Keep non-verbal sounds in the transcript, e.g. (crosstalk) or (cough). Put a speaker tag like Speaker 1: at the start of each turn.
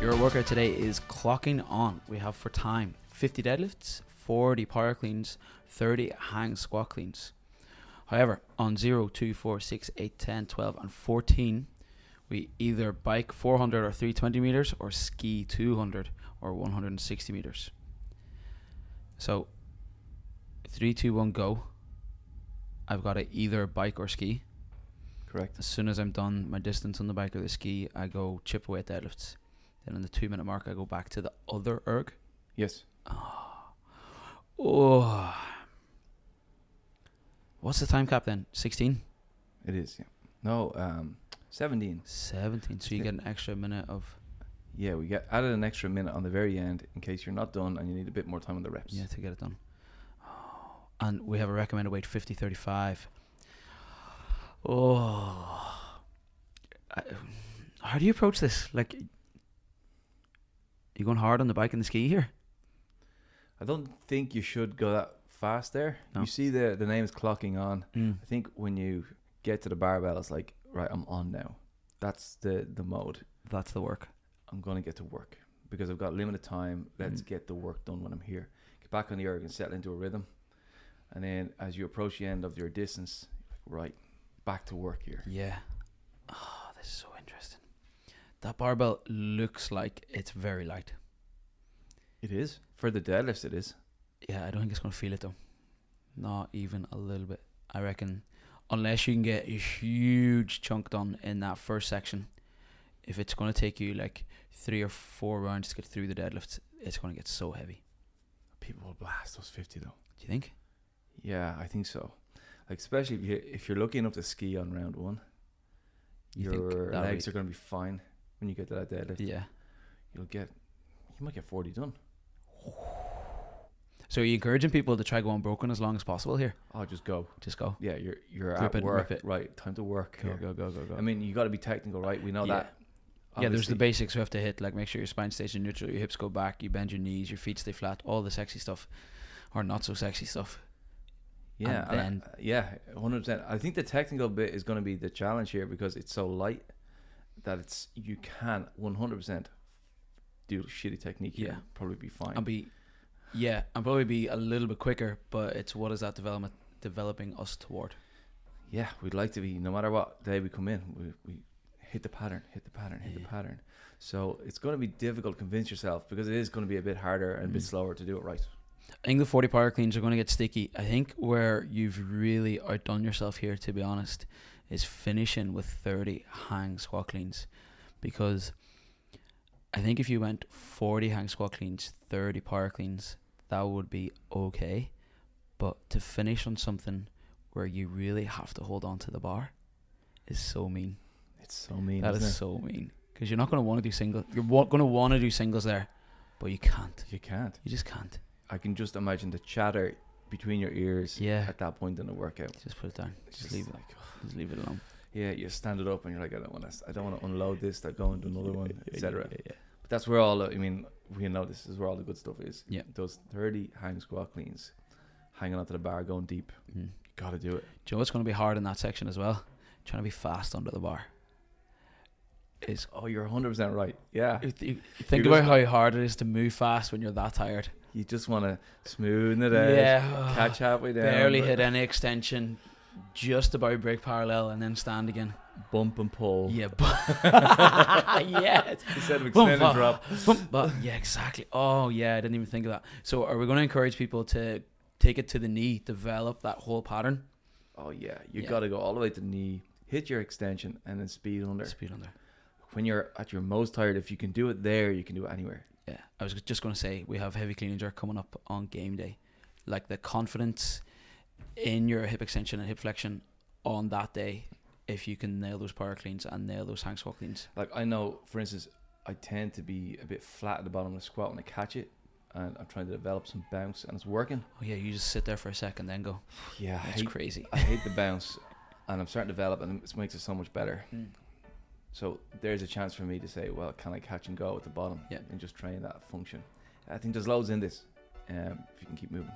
Speaker 1: Your workout today is clocking on. We have for time 50 deadlifts, 40 power cleans, 30 hang squat cleans. However, on 0, 2, 4, 6, 8, 10, 12, and 14, we either bike 400 or 320 meters or ski 200 or 160 meters. So, 3, 2, 1, go. I've got to either bike or ski.
Speaker 2: Correct.
Speaker 1: As soon as I'm done my distance on the bike or the ski, I go chip away at deadlifts. Then on the two minute mark, I go back to the other erg.
Speaker 2: Yes.
Speaker 1: Oh. What's the time cap then? 16?
Speaker 2: It is. Yeah. No. Um. Seventeen.
Speaker 1: 17. So you
Speaker 2: Yeah.
Speaker 1: get an extra minute of.
Speaker 2: Yeah. We get added an extra minute on the very end in case you're not done and you need a bit more time on the reps.
Speaker 1: Yeah, to get it done. Oh. And we have a recommended weight 50 35. Oh. I, how do you approach this? Like, you going hard on the bike and the ski here?
Speaker 2: I don't think you should go that fast there.
Speaker 1: No.
Speaker 2: You see the the names clocking on.
Speaker 1: Mm.
Speaker 2: I think when you get to the barbell, it's like right, I'm on now. That's the the mode.
Speaker 1: That's the work.
Speaker 2: I'm gonna get to work because I've got limited time. Let's
Speaker 1: Mm.
Speaker 2: get the work done when I'm here. Get back on the erg and settle into a rhythm. And then as you approach the end of your distance, you're like, right, back to work here.
Speaker 1: Yeah. Oh, this is so interesting. That barbell looks like it's very light.
Speaker 2: It is for the deadlifts. It is.
Speaker 1: Yeah, I don't think it's gonna feel it though. Not even a little bit. I reckon unless you can get a huge chunk done in that first section, if it's gonna take you like three or four rounds to get through the deadlifts, it's gonna get so heavy.
Speaker 2: People will blast those fifty though.
Speaker 1: Do you think?
Speaker 2: Yeah, I think so. Like especially if you if you're lucky enough to ski on round one,
Speaker 1: You
Speaker 2: your
Speaker 1: that'll
Speaker 2: legs
Speaker 1: be-
Speaker 2: are going to be fine when you get to that deadlift.
Speaker 1: Yeah.
Speaker 2: You'll get you might get forty done.
Speaker 1: So are you encouraging people to try going broken as long as possible here?
Speaker 2: Oh, just go.
Speaker 1: Just go.
Speaker 2: Yeah, you're you're
Speaker 1: Grip
Speaker 2: at
Speaker 1: it and
Speaker 2: work.
Speaker 1: rip it.
Speaker 2: Right, time to work.
Speaker 1: Go,
Speaker 2: here.
Speaker 1: go, go, go, go.
Speaker 2: I mean, you got to be technical, right? We know
Speaker 1: Yeah.
Speaker 2: that.
Speaker 1: Yeah, there's the
Speaker 2: obviously.
Speaker 1: basics we have to hit, like make sure your spine stays in neutral, your hips go back, you bend your knees, your feet stay flat, all the sexy stuff, or not so sexy stuff.
Speaker 2: Yeah,
Speaker 1: and
Speaker 2: and I- uh, yeah, one hundred percent. I think the technical bit is going to be the challenge here because it's so light that it's you can one hundred percent do shitty technique. here
Speaker 1: Yeah.
Speaker 2: and probably be fine.
Speaker 1: And be, yeah, and probably be a little bit quicker, but it's what is that development developing us toward?
Speaker 2: yeah, we'd like to be no matter what day we come in, we, we hit the pattern, hit the pattern, hit
Speaker 1: Yeah.
Speaker 2: the pattern. So it's going to be difficult to convince yourself because it is going to be a bit harder and a bit
Speaker 1: Mm.
Speaker 2: slower to do it right.
Speaker 1: I think the 40 power cleans are going to get sticky. I think where you've really outdone yourself here, to be honest, is finishing with 30 hang squat cleans. Because I think if you went 40 hang squat cleans, 30 power cleans, that would be okay. But to finish on something where you really have to hold on to the bar is so mean.
Speaker 2: It's so mean.
Speaker 1: That
Speaker 2: isn't
Speaker 1: is
Speaker 2: it?
Speaker 1: so mean. Because you're not going to want to do singles. You're wa- going to want to do singles there, but you can't.
Speaker 2: you can't.
Speaker 1: You just can't.
Speaker 2: I can just imagine the chatter between your ears.
Speaker 1: Yeah.
Speaker 2: At that point in the workout,
Speaker 1: Just put it down.
Speaker 2: It's
Speaker 1: Just leave it.
Speaker 2: like,
Speaker 1: Just leave it alone.
Speaker 2: yeah, you stand it up and you're like, I don't want to, I don't want to unload this. That go into another one, etc.
Speaker 1: (laughs) Yeah, yeah.
Speaker 2: But that's where all. the- I mean, we know this is where all the good stuff is.
Speaker 1: Yeah.
Speaker 2: Those thirty hang squat cleans, hanging onto the bar, going deep.
Speaker 1: Mm.
Speaker 2: Got to do it.
Speaker 1: Do you know what's going to be hard in that section as well? Trying to be fast under the bar. Is
Speaker 2: Oh, you're 100% right. Yeah.
Speaker 1: you th- you think
Speaker 2: You're
Speaker 1: about
Speaker 2: just-
Speaker 1: how hard it is to move fast when you're that tired.
Speaker 2: You just want to smooth it out.
Speaker 1: Yeah.
Speaker 2: Catch halfway down.
Speaker 1: Barely
Speaker 2: but
Speaker 1: hit any extension, just about break parallel and then stand again.
Speaker 2: Bump and pull. (laughs)
Speaker 1: Yeah, but (laughs) yes.
Speaker 2: Instead of
Speaker 1: Bump,
Speaker 2: extend and
Speaker 1: bump,
Speaker 2: drop.
Speaker 1: Bum- but yeah, exactly. Oh yeah, I didn't even think of that. So are we going to encourage people to take it to the knee, develop that whole pattern?
Speaker 2: Oh, yeah. You
Speaker 1: Yeah.
Speaker 2: got to go all the way to the knee, hit your extension, and then speed under.
Speaker 1: Speed under.
Speaker 2: When you're at your most tired, if you can do it there, you can do it anywhere.
Speaker 1: Yeah, I was just going to say we have heavy clean and jerk coming up on game day. Like the confidence in your hip extension and hip flexion on that day, if you can nail those power cleans and nail those hang squat cleans.
Speaker 2: Like, I know, for instance, I tend to be a bit flat at the bottom of the squat when I catch it. And I'm trying to develop some bounce, and it's working.
Speaker 1: Oh yeah, you just sit there for a second, then go.
Speaker 2: (sighs) Yeah, I
Speaker 1: That's
Speaker 2: hate,
Speaker 1: crazy.
Speaker 2: I hate the bounce, and I'm starting to develop, and it makes it so much better.
Speaker 1: Mm.
Speaker 2: So there's a chance for me to say, well, can I catch and go at the bottom
Speaker 1: Yeah.
Speaker 2: and just train that function? I think there's loads in this. Um, if you can keep moving.